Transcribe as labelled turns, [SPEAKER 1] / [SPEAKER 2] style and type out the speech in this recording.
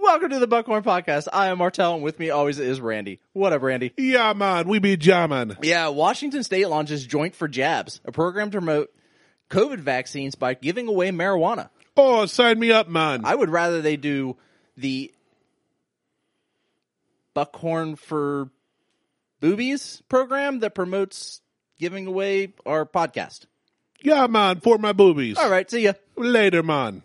[SPEAKER 1] Welcome to the Buckhorn Podcast. I am Martel, and with me always is Randy. What up, Randy?
[SPEAKER 2] Yeah, man, we be jamming.
[SPEAKER 1] Yeah, Washington State launches Joint for Jabs, a program to promote COVID vaccines by giving away marijuana.
[SPEAKER 2] Oh, sign me up, man.
[SPEAKER 1] I would rather they do the Buckhorn for Boobies program that promotes giving away our podcast.
[SPEAKER 2] yeah, man, for my boobies.
[SPEAKER 1] All right, see ya.
[SPEAKER 2] Later, man.